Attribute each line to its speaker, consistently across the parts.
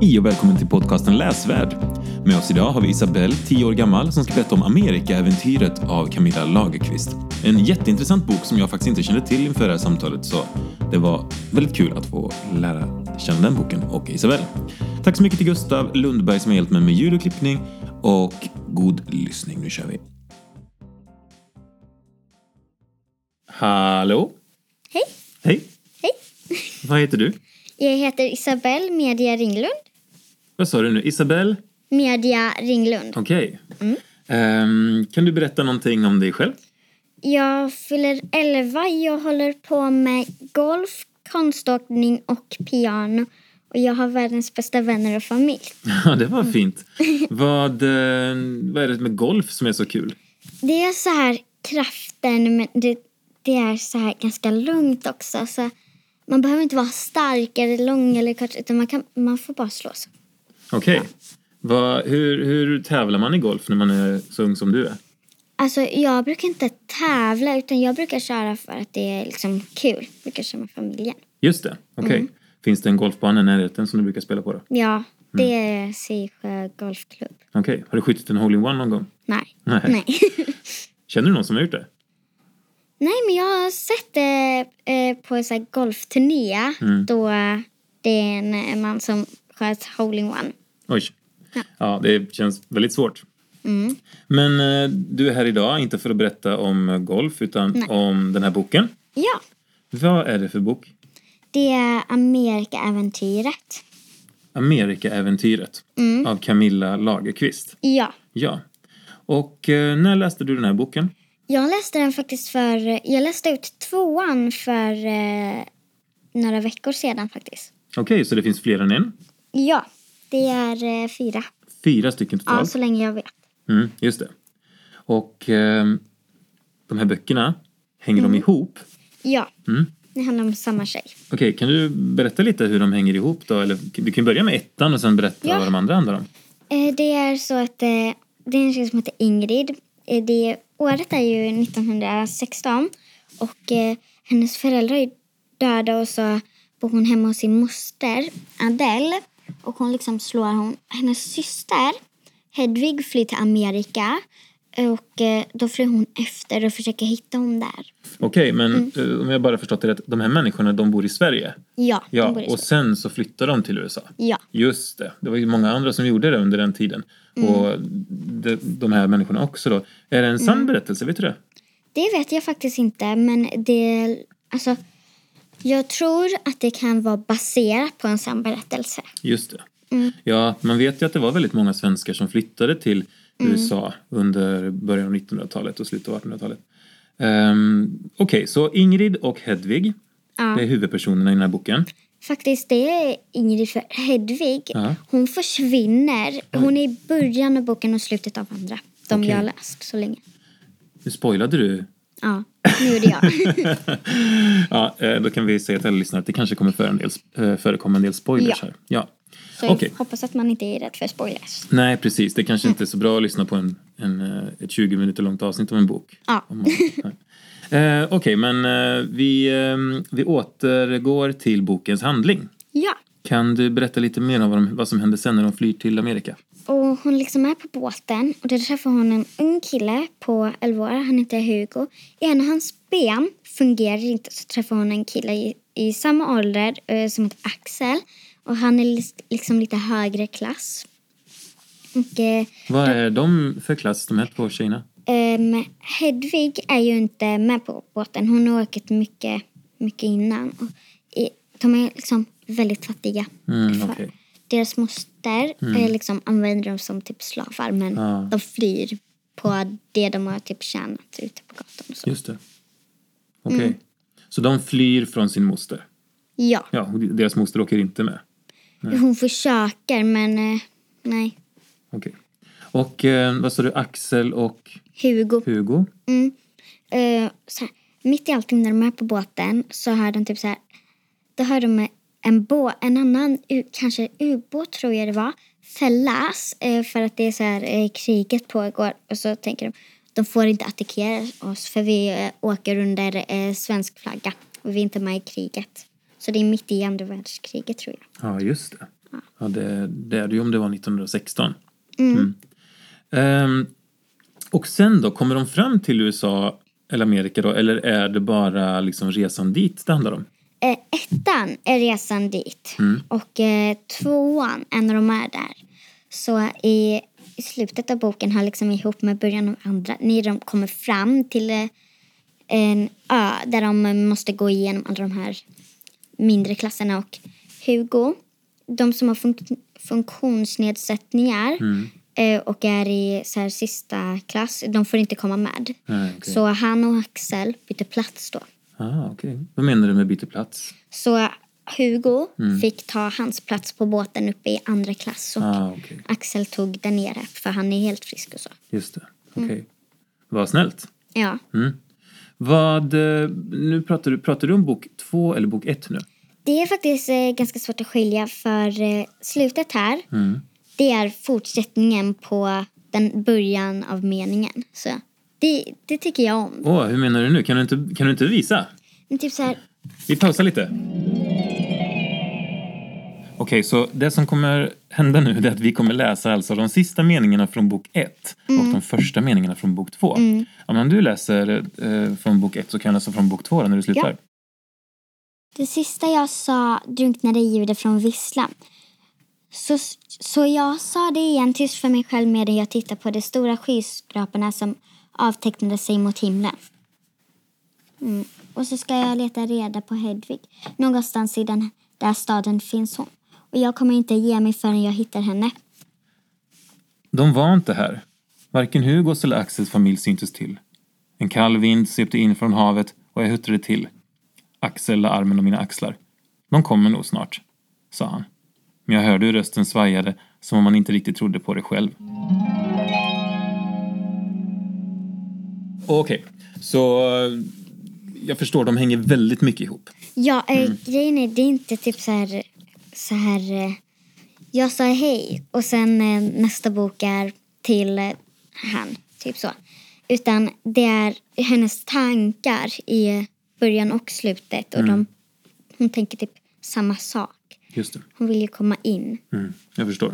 Speaker 1: Hej och välkommen till podcasten Läsvärd. Med oss idag har vi Isabelle, 10 år gammal, som ska berätta om Amerikaäventyret av Camilla Lagerqvist. En jätteintressant bok som jag faktiskt inte kände till inför det här samtalet, så det var väldigt kul att få lära känna den boken och Isabelle. Tack så mycket till Gustav Lundberg som har hjälpt mig med ljud och klippning och god lyssning. Nu kör vi. Hallå?
Speaker 2: Hej,
Speaker 1: Hej,
Speaker 2: hej.
Speaker 1: vad heter du?
Speaker 2: Jag heter Isabelle Media Ringlund.
Speaker 1: Vad sa du nu? Isabelle?
Speaker 2: Media Ringlund.
Speaker 1: Okej. Ehm, kan du berätta någonting om dig själv?
Speaker 2: Jag fyller 11. Jag håller på med golf, konståkning och piano. Och jag har världens bästa vänner och familj.
Speaker 1: Ja, det var fint. Vad, eh, vad är det med golf som är så kul?
Speaker 2: Det är så här kraften, men det, det är så här ganska lugnt också. Så man behöver inte vara stark eller lång eller kort, utan man, kan, man får bara slå så.
Speaker 1: Okej. Vad- Hur, hur tävlar man i golf när man är så ung som du är?
Speaker 2: Alltså, jag brukar inte tävla, utan jag brukar köra för att det är liksom kul. Jag brukar köra med familjen.
Speaker 1: Just det. Okej. Finns det en golfbana i närheten som du brukar spela på? då?
Speaker 2: Ja, det är Sisjö Golfklubb.
Speaker 1: Okej. Har du skjutit en hole-in-one någon gång?
Speaker 2: Nej.
Speaker 1: Nej.
Speaker 2: Nej.
Speaker 1: Känner du någon som har gjort det?
Speaker 2: Nej, men jag har sett det eh, på en sån här golfturné då det är en eh, man som sköt hole-in-one.
Speaker 1: Oj. Ja. det känns väldigt svårt. Men eh, du är här idag, inte för att berätta om eh, golf, utan om den här boken.
Speaker 2: Ja,
Speaker 1: Vad är det för bok?
Speaker 2: det är Amerikaäventyret.
Speaker 1: Amerikaäventyret
Speaker 2: Mm.
Speaker 1: av Camilla Lagerqvist.
Speaker 2: Ja,
Speaker 1: Ja. Och eh, när läste du den här boken?
Speaker 2: jag läste den faktiskt för... Jag läste ut tvåan för eh, några veckor sedan faktiskt.
Speaker 1: Okej, så det finns fler än en?
Speaker 2: Ja, det är eh, fyra.
Speaker 1: Fyra stycken
Speaker 2: Ja,
Speaker 1: totalt?
Speaker 2: så länge jag vet.
Speaker 1: Mm, just det. Och eh, de här böckerna, hänger
Speaker 2: Mm.
Speaker 1: de ihop?
Speaker 2: Ja, det handlar om samma tjej.
Speaker 1: Okej, kan du berätta lite hur de hänger ihop då? Eller du kan ju börja med ettan och sen berätta
Speaker 2: Ja.
Speaker 1: vad de andra handlar om.
Speaker 2: Eh, Det är så att eh, det är en tjej som heter Ingrid. Eh, Det, året är ju 1916 och eh, hennes föräldrar är döda och så bor hon hemma hos sin moster Adele och hon liksom slår hon. Hennes syster Hedvig flyr till Amerika och eh, då flyr hon efter och försöker hitta hon där.
Speaker 1: Okej, men
Speaker 2: Mm.
Speaker 1: eh, om jag bara förstått det rätt, de här människorna de bor i Sverige.
Speaker 2: Ja,
Speaker 1: Ja,
Speaker 2: hon bor i
Speaker 1: och
Speaker 2: Sverige.
Speaker 1: sen så flyttar de till USA.
Speaker 2: ja,
Speaker 1: Just det. Det var ju många andra som gjorde det under den tiden.
Speaker 2: Mm.
Speaker 1: Och de, de här människorna också då. Är det en
Speaker 2: Mm.
Speaker 1: sann berättelse? Vet du det?
Speaker 2: det vet jag faktiskt inte men det, alltså jag tror att det kan vara baserat på en sann berättelse.
Speaker 1: Just det.
Speaker 2: Mm.
Speaker 1: Ja, man vet ju att det var väldigt många svenskar som flyttade till
Speaker 2: Mm.
Speaker 1: USA under början av 1900-talet och slutet av 1800-talet. Ehm, Okej, så Ingrid och Hedvig,
Speaker 2: Ja.
Speaker 1: det är huvudpersonerna i den här boken.
Speaker 2: Faktiskt, det är Ingrid för Hedvig.
Speaker 1: Ja.
Speaker 2: Hon försvinner. Hon är i början av boken och slutet av andra. De
Speaker 1: Okej.
Speaker 2: jag har läst så länge.
Speaker 1: Nu spoilade du.
Speaker 2: Ja, nu är det jag.
Speaker 1: Ja, eh, då kan vi säga till alla lyssnare att det kanske kommer för en del, eh, förekomma en del spoilers
Speaker 2: Ja.
Speaker 1: här. Ja.
Speaker 2: Så jag
Speaker 1: Okej.
Speaker 2: hoppas att man inte är rädd för spoilers.
Speaker 1: Nej, precis. Det kanske inte är så bra att lyssna på en, en, eh, ett 20 minuter långt avsnitt om en bok.
Speaker 2: Ja.
Speaker 1: Om man- Nej. eh, Okej, men eh, vi, eh, vi återgår till bokens handling.
Speaker 2: Ja.
Speaker 1: Kan du berätta lite mer om vad, de, vad som händer sen när de flyr till Amerika?
Speaker 2: Och hon liksom är på båten och där träffar hon en ung kille på 11 år. Han heter Hugo. Ena hans ben fungerar inte så träffar hon en kille i, i samma ålder eh, som heter Axel. Och han är lis- liksom lite högre klass. Och, eh,
Speaker 1: Vad är de för klass, de här två tjejerna?
Speaker 2: Ehm, Hedvig är ju inte med på båten. Hon har åkt mycket, mycket innan. Och i- de är liksom väldigt fattiga.
Speaker 1: Mm,
Speaker 2: För-
Speaker 1: okej. Mm.
Speaker 2: Deras moster eh, liksom använder dem som typ slavar men
Speaker 1: Ja.
Speaker 2: de flyr på det de har typ tjänat ute på gatan. Och så.
Speaker 1: Just det. Okej. Så de flyr från sin moster?
Speaker 2: Ja,
Speaker 1: Ja, och deras moster åker inte med?
Speaker 2: hon försöker men eh, nej.
Speaker 1: Okej. Och eh, vad sa du, Axel och
Speaker 2: Hugo
Speaker 1: Hugo?
Speaker 2: Mm. Eh, så här, mitt i allting när de är på båten så hör de typ så här. Då hör de en, bå, en annan, u- kanske ubåt tror jag det var, fällas eh, för att det är så här eh, kriget pågår. Och så tänker de, de får inte attackera oss för vi eh, åker under eh, svensk flagga och vi är inte med i kriget. Så det är mitt i andra världskriget tror jag.
Speaker 1: Ja, just det. Ja, det, det är det ju om det var 1916.
Speaker 2: Mm.
Speaker 1: Ehm, och sen då, kommer de fram till USA eller Amerika då, eller är det bara liksom resan dit det handlar om?
Speaker 2: Eh, ettan är resan dit
Speaker 1: Mm.
Speaker 2: och eh, tvåan är när de är där. Så i, i slutet av boken har liksom ihop med början av andra, när de kommer fram till eh, en ö där de måste gå igenom alla de här mindre klasserna och Hugo, de som har fun- funktionsnedsättningar
Speaker 1: Mm.
Speaker 2: eh, och är i så här, sista klass, de får inte komma med.
Speaker 1: Nej, okej.
Speaker 2: Så han och Axel byter plats då.
Speaker 1: Ah, okej. Vad menar du med byter plats?
Speaker 2: Så Hugo fick ta hans plats på båten uppe i andra klass. Och
Speaker 1: Ah, okej.
Speaker 2: Axel tog den nere, för han är helt frisk och så.
Speaker 1: Just det. Okej. Vad snällt.
Speaker 2: Ja.
Speaker 1: Mm. Vad, eh, nu pratar du, pratar du om bok två eller bok ett nu?
Speaker 2: Det är faktiskt eh, ganska svårt att skilja, för eh, slutet här det är fortsättningen på den början av meningen. Så det, det tycker jag om.
Speaker 1: Åh, hur menar du nu? Kan du inte, kan du inte visa?
Speaker 2: Men Typ så här,
Speaker 1: Vi pausar lite. Okej, så det som kommer hända nu det är att vi kommer läsa alltså de sista meningarna från bok 1 och de första meningarna från bok 2. Ja, men om du läser eh, från bok 1 så kan jag läsa från bok 2 när du slutar.
Speaker 2: Det sista jag sa drunknade i ljudet från visslan. Så, så jag sa det igen tyst för mig själv medan jag tittade på de stora skyskraporna som avtecknade sig mot himlen. Mm. Och så ska jag leta reda på Hedvig. Någonstans i den där staden finns hon. Och jag kommer inte ge mig förrän jag hittar henne.
Speaker 1: De var inte här. Varken Hugos eller Axels familj syntes till. En kall vind svepte in från havet och jag huttrade till. Axel la armen om mina axlar. De kommer nog snart, sa han. Men jag hörde hur rösten svajade som om man inte riktigt trodde på det själv. Okej, så eh, jag förstår, de hänger väldigt mycket ihop.
Speaker 2: Ja, eh,
Speaker 1: Mm.
Speaker 2: grejen är det är inte typ så här, så här eh, jag sa hej och sen eh, nästa bok är till eh, han, typ så. Utan det är hennes tankar i början och slutet och
Speaker 1: Mm.
Speaker 2: de, hon tänker typ samma sak.
Speaker 1: Just det.
Speaker 2: Hon vill ju komma in.
Speaker 1: Mm, jag förstår.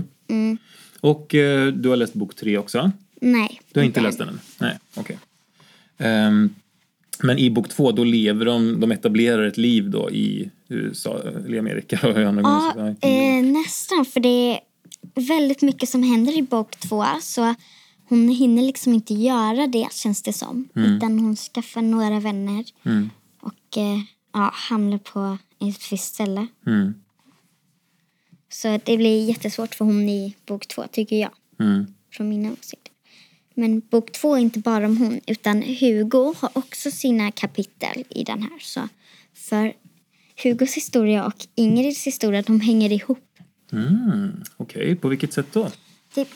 Speaker 1: Och eh, du har läst bok tre också?
Speaker 2: Nej.
Speaker 1: Du har inte läst den än? Nej, okej. Ehm, men i bok två, då lever de, de etablerar ett liv då i USA, eller i Amerika. Och andra
Speaker 2: Ja,
Speaker 1: gånger så-
Speaker 2: eh, nästan. För det är väldigt mycket som händer i bok två. Så hon hinner liksom inte göra det, känns det som.
Speaker 1: Mm.
Speaker 2: Utan hon skaffar några vänner och eh, ja, hamnar på ett visst ställe.
Speaker 1: Mm,
Speaker 2: Så det blir jättesvårt för hon i bok två, tycker jag.
Speaker 1: mm,
Speaker 2: Från mina åsikter. Men bok två är inte bara om hon, utan Hugo har också sina kapitel i den här. Så för Hugos historia och Ingrids historia, de hänger ihop. eh,
Speaker 1: mm. Okej, på vilket sätt då?
Speaker 2: Typ,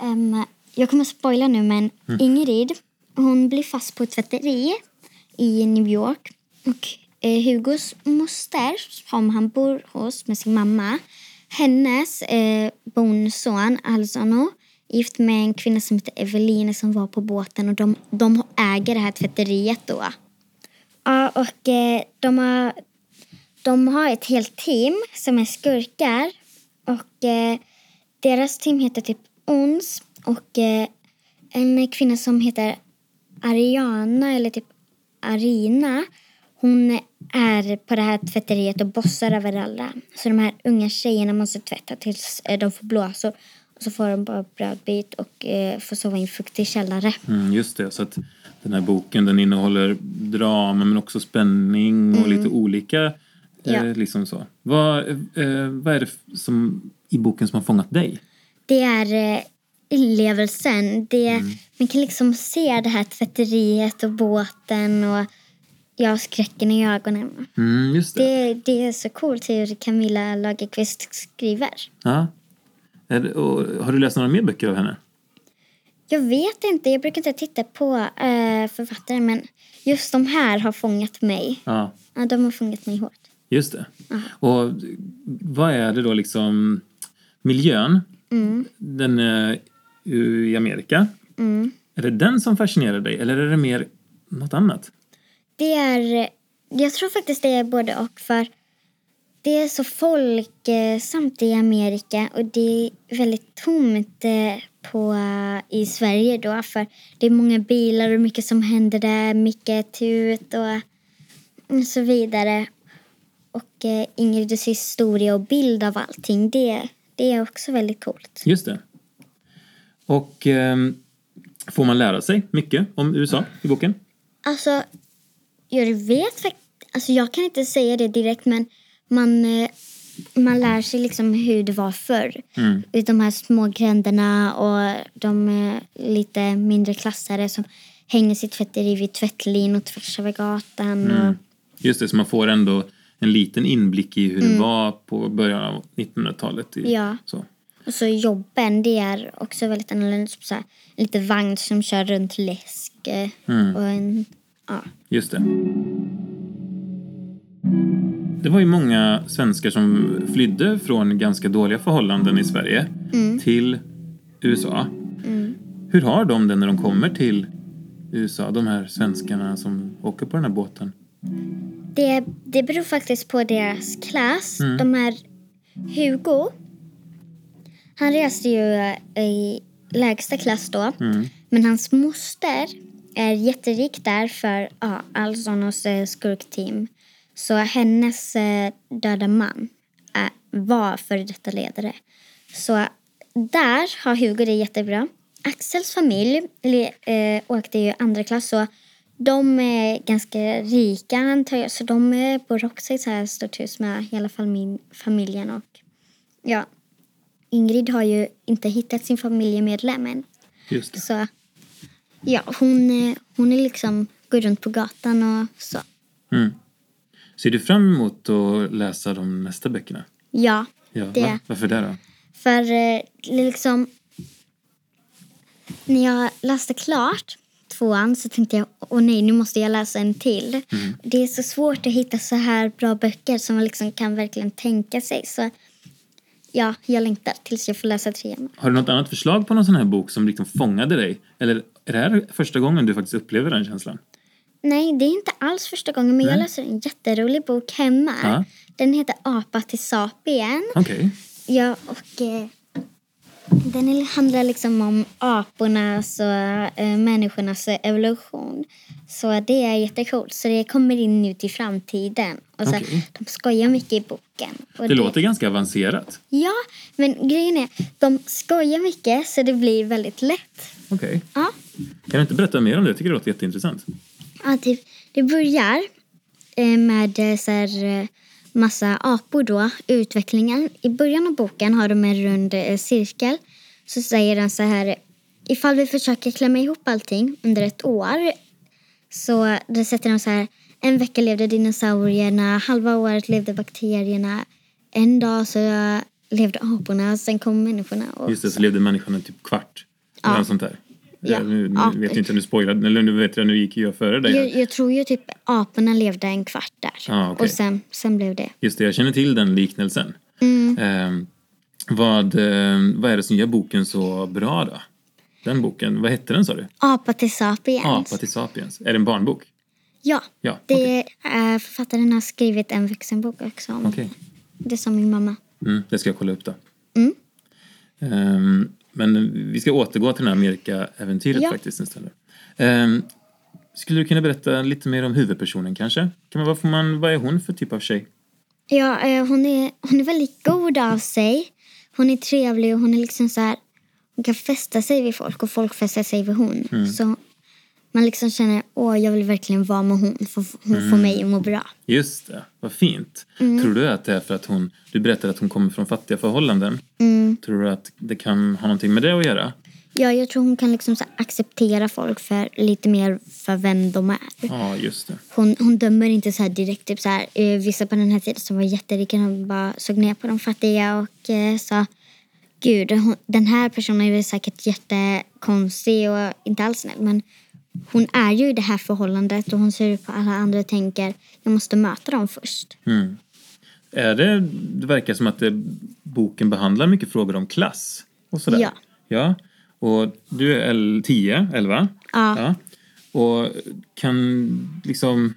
Speaker 2: ehm, jag kommer spoila nu, men Ingrid hon blir fast på ett tvätteri i New York. Och eh, Hugos moster, som han bor hos med sin mamma hennes eh, bonson Alzano är gift med en kvinna som heter Eveline som var på båten och de, de äger det här tvätteriet då. Ja, och eh, de har de har ett helt team som är skurkar. Och eh, Deras team heter typ ONS. Och eh, en kvinna som heter Ariana, eller typ Arina hon är på det här tvätteriet och bossar över alla. Så de här unga tjejerna måste tvätta tills eh, de får blåsor. Och så får de bara brödbit och eh, får sova i en fuktig källare.
Speaker 1: Mm, just det, så att den här boken den innehåller drama men också spänning och lite olika.
Speaker 2: Mm. Ja.
Speaker 1: Eh, liksom så. Vad, eh, vad är det f- som, i boken som har fångat dig?
Speaker 2: Det är eh, inlevelsen. Det, Man kan liksom se det här tvätteriet och båten och jag har skräcken i ögonen.
Speaker 1: Mm, just det.
Speaker 2: Det, det är så coolt hur Camilla Lagerqvist skriver.
Speaker 1: Ja. Är det och, har du läst några mer böcker av henne?
Speaker 2: Jag vet inte, jag brukar inte titta på eh, författaren men just de här har fångat mig.
Speaker 1: Ja.
Speaker 2: Ja, de har fångat mig hårt.
Speaker 1: Just det. Och vad är det då liksom miljön? Den är ju i Amerika. Är det den som fascinerar dig eller är det mer något annat?
Speaker 2: Det är... Jag tror faktiskt det är både och. för Det är så folksamt i Amerika och det är väldigt tomt eh, på, i Sverige då för det är många bilar och mycket som händer där, mycket tut och så vidare. Och eh, Ingrids historia och bild av allting, det, det är också väldigt coolt.
Speaker 1: Just det. Och ehm, får man lära sig mycket om USA i boken?
Speaker 2: Alltså, jag vet faktiskt... Alltså jag kan inte säga det direkt, men man, eh, man lär sig liksom hur det var förr.
Speaker 1: Mm.
Speaker 2: Ut De här små gränderna och de eh, lite mindre klassare som hänger sitt tvätteri vid tvättlin och tvärs över gatan. Och,
Speaker 1: Just det, så man får ändå en liten inblick i hur det var på början av 1900-talet. i-
Speaker 2: Ja.
Speaker 1: Så.
Speaker 2: och så jobben, det är också väldigt annorlunda. Typ så här, lite vagn som kör runt läsk. eh, Och en, ja.
Speaker 1: Just det. Det var ju många svenskar som flydde från ganska dåliga förhållanden i Sverige till USA. Hur har de det när de kommer till USA, de här svenskarna som åker på den här båten?
Speaker 2: Det, det beror faktiskt på deras klass. De här Hugo, han reste ju eh, i lägsta klass då. Men hans moster är jätterik där för ja, Alssonos eh, skurkteam. Så hennes eh, döda man eh, var före detta ledare. Så där har Hugo det jättebra. Axels familj le- eh, åkte ju andra klass så de är ganska rika antar jag. Så de eh, bor också i så här stort hus med hela fami- familjen. Och, ja. Ingrid har ju inte hittat sin familjemedlem än.
Speaker 1: Just det.
Speaker 2: Så ja, hon, eh, hon är liksom går runt på gatan och så.
Speaker 1: Mm. Ser du fram emot att läsa de nästa böckerna?
Speaker 2: Ja,
Speaker 1: Ja,
Speaker 2: Det-
Speaker 1: va? Varför det då?
Speaker 2: för eh, liksom när jag läste klart tvåan så tänkte jag åh nej, nu måste jag läsa en till. Det är så svårt att hitta så här bra böcker som man liksom kan verkligen tänka sig. Så ja, jag längtar tills jag får läsa trean.
Speaker 1: Har du något annat förslag på någon sån här bok som liksom fångade dig? Eller är det här första gången du faktiskt upplever den känslan?
Speaker 2: Nej, det är inte alls första gången, men jag
Speaker 1: Nej.
Speaker 2: läser en jätterolig bok hemma.
Speaker 1: Ja.
Speaker 2: Den heter Apa till sapien.
Speaker 1: Okej.
Speaker 2: Ja, och eh, den är- handlar liksom om apornas och eh, människornas evolution. Så det är jättecoolt. Så det kommer in nu till framtiden. Och så,
Speaker 1: Okej.
Speaker 2: De skojar mycket i boken. Och
Speaker 1: Det låter ganska avancerat.
Speaker 2: Ja, men grejen är de skojar mycket så det blir väldigt lätt.
Speaker 1: Okej.
Speaker 2: Ja,
Speaker 1: Kan du inte berätta mer om det? Jag tycker det låter jätteintressant.
Speaker 2: ja det, det börjar eh, med eh, så här, eh, massa apor då, utvecklingen. I början av boken har de en rund eh, cirkel. Så säger den så här, ifall vi försöker klämma ihop allting under ett år så då sätter de så här, en vecka levde dinosaurierna, halva året levde bakterierna, en dag så levde aporna, sen kom människorna. Och,
Speaker 1: Just det, så levde människan en typ kvart. Eller något sånt där.
Speaker 2: Ja.
Speaker 1: Eh, Nu, nu
Speaker 2: Ja.
Speaker 1: vet jag inte om du spoilade, eller nu vet jag, nu gick ju jag före dig.
Speaker 2: jag,
Speaker 1: här.
Speaker 2: jag tror ju typ aporna levde en kvart där.
Speaker 1: Ja, Ah, okej.
Speaker 2: Och sen, sen blev det
Speaker 1: Just det, jag känner till den liknelsen.
Speaker 2: Mm.
Speaker 1: Eh, vad, eh, vad är det som gör boken så bra då? Den boken, vad hette den sa du?
Speaker 2: Apa till sapiens.
Speaker 1: Apa till sapiens. Är det en barnbok?
Speaker 2: Ja.
Speaker 1: Ja,
Speaker 2: Det,
Speaker 1: okej.
Speaker 2: eh, författaren har skrivit en vuxenbok också. Om.
Speaker 1: Okej.
Speaker 2: Det är som min mamma.
Speaker 1: Mm, det ska jag kolla upp då.
Speaker 2: Mm.
Speaker 1: Ehm, men vi ska återgå till det här Amerika-äventyret
Speaker 2: Ja.
Speaker 1: faktiskt istället. Ehm, skulle du kunna berätta lite mer om huvudpersonen kanske? Kan man, vad, får man, vad är hon för typ av tjej?
Speaker 2: Ja, eh, hon, är, hon är väldigt god av sig. Hon är trevlig och hon är liksom så här... Hon kan fästa sig vid folk och folk fäster sig vid hon.
Speaker 1: Mm.
Speaker 2: Så man liksom känner, åh, jag vill verkligen vara med hon. För hon får
Speaker 1: Mm.
Speaker 2: mig att må bra.
Speaker 1: Just det, vad fint.
Speaker 2: Mm.
Speaker 1: Tror du att det är för att hon, du berättade att hon kommer från fattiga förhållanden.
Speaker 2: Mm.
Speaker 1: Tror du att det kan ha någonting med det att göra?
Speaker 2: Ja, jag tror hon kan liksom så här acceptera folk för lite mer för vem de är.
Speaker 1: Ja, just det.
Speaker 2: Hon, hon dömer inte så här direkt. Typ så här, eh, vissa på den här tiden som var jätterika hon bara såg ner på de fattiga och eh, sa Gud, hon, den här personen är väl säkert jättekonstig och inte alls snäll. Men hon är ju i det här förhållandet och hon ser ut på alla andra och tänker jag måste möta dem först.
Speaker 1: Mm. Är det, det verkar som att det, boken behandlar mycket frågor om klass och sådär.
Speaker 2: Ja.
Speaker 1: ja. Och du är el- 10, 11?
Speaker 2: Ja.
Speaker 1: Och kan liksom,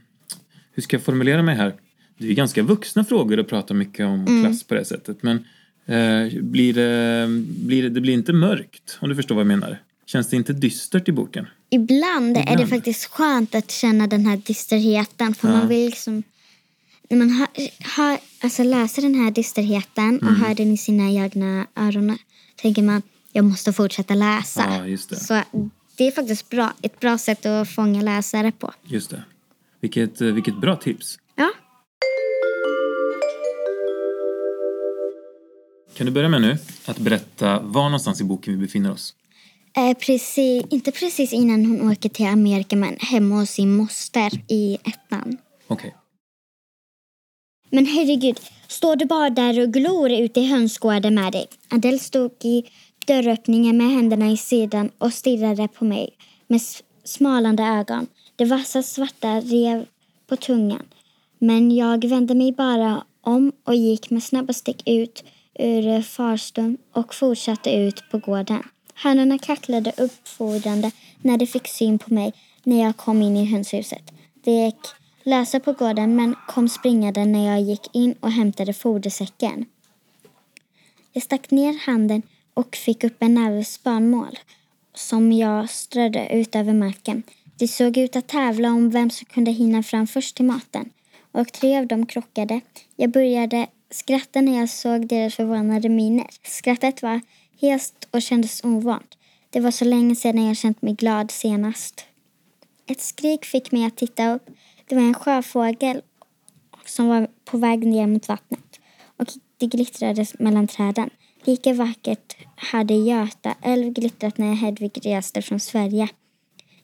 Speaker 1: hur ska jag formulera mig här? Det är ganska vuxna frågor att prata mycket om
Speaker 2: Mm.
Speaker 1: klass på det sättet. Men eh, blir det, blir det, det blir inte mörkt, om du förstår vad jag menar. Känns det inte dystert i boken?
Speaker 2: Ibland, är det
Speaker 1: Ibland.
Speaker 2: faktiskt skönt att känna den här dysterheten. För
Speaker 1: Ja.
Speaker 2: man vill liksom... När man hör, hör, alltså läser den här dysterheten
Speaker 1: Mm.
Speaker 2: och hör den i sina egna öron tänker man jag måste fortsätta läsa.
Speaker 1: Ja, just det.
Speaker 2: Så det är faktiskt bra, ett bra sätt att fånga läsare på.
Speaker 1: Just det. Vilket, eh, vilket bra tips.
Speaker 2: Ja,
Speaker 1: Kan du börja med nu att berätta var någonstans i boken vi befinner oss?
Speaker 2: eh, precis, inte precis innan hon åker till Amerika men hemma hos sin moster i ettan.
Speaker 1: Okej.
Speaker 2: Men herregud, står du bara där och glor ute i hönsgården med dig? Adele stod i dörröppningen med händerna i sidan och stirrade på mig med s- smalande ögon. Det vassa svarta rev på tungan. Men jag vände mig bara om och gick med snabba steg ut ur farstun och fortsatte ut på gården. Hönorna kacklade uppfordrande när de fick syn på mig när jag kom in i hönshuset. Det gick lösa på gården men kom springande när jag gick in och hämtade fodersäcken. Jag stack ner handen och fick upp en näve spanmål som jag strödde ut över marken. Det såg ut att tävla om vem som kunde hinna fram först till maten och tre av dem krockade. Jag började skratta när jag såg deras förvånade miner. Skrattet var hest och kändes ovant. Det var så länge sedan jag känt mig glad senast. Ett skrik fick mig att titta upp. Det var en sjöfågel som var på väg ner mot vattnet och det glittrade mellan träden. Lika vackert hade Göta älv glittrat när Hedvig reste från Sverige.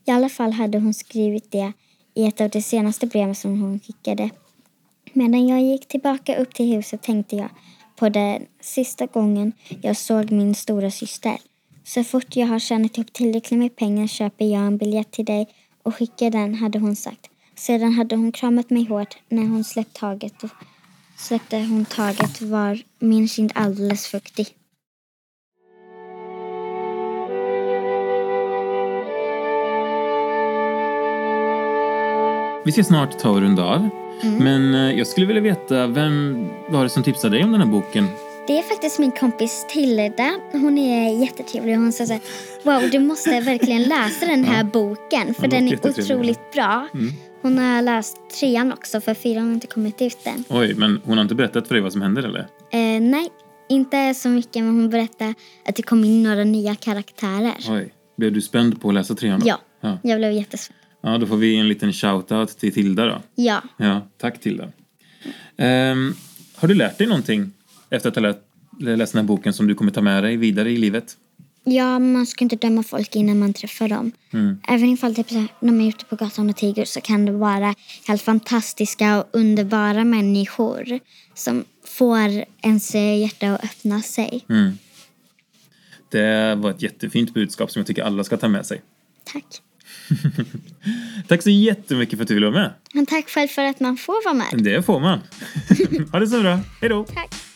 Speaker 2: I alla fall hade hon skrivit det i ett av de senaste breven som hon skickade. Medan jag gick tillbaka upp till huset tänkte jag på den sista gången jag såg min stora syster. Så fort jag har tjänat ihop tillräckligt med pengar köper jag en biljett till dig och skickar den, hade hon sagt. Sedan hade hon kramat mig hårt när hon släppt taget. Släppte hon taget var min kind alldeles fuktig.
Speaker 1: Vi ska snart ta och runda av. Men eh, jag skulle vilja veta, vem var det som tipsade dig om den här boken?
Speaker 2: Det är faktiskt min kompis Tilda. Hon är jättetrevlig. Hon sa så här, wow, du måste verkligen läsa den här boken för
Speaker 1: låter
Speaker 2: den är
Speaker 1: jättetrevlig. Mm.
Speaker 2: otroligt bra. Hon har läst trean också för fyran har inte kommit ut än.
Speaker 1: Oj, men hon har inte berättat för dig vad som händer eller?
Speaker 2: Eh, nej, inte så mycket men hon berättade att det kom in några nya karaktärer.
Speaker 1: Oj. Blev du spänd på att läsa trean? då?
Speaker 2: Ja,
Speaker 1: ja.
Speaker 2: jag blev jättesvår.
Speaker 1: Ja, då får vi en liten shout-out till Tilda då.
Speaker 2: Ja,
Speaker 1: Ja, tack Tilda. Ehm, har du lärt dig någonting efter att ha lä- läst den här boken som du kommer ta med dig vidare i livet?
Speaker 2: ja, man ska inte döma folk innan man träffar dem. Även ifall typ, så här, de är ute på gatan och tiger så kan det vara helt fantastiska och underbara människor som får ens eh, hjärta att öppna sig.
Speaker 1: Mm. Det var ett jättefint budskap som jag tycker alla ska ta med sig.
Speaker 2: Tack.
Speaker 1: Tack så jättemycket för att du ville vara med. Mm.
Speaker 2: Men tack själv för att man får vara med.
Speaker 1: Det får man. ha det så bra. Hej då.
Speaker 2: Tack.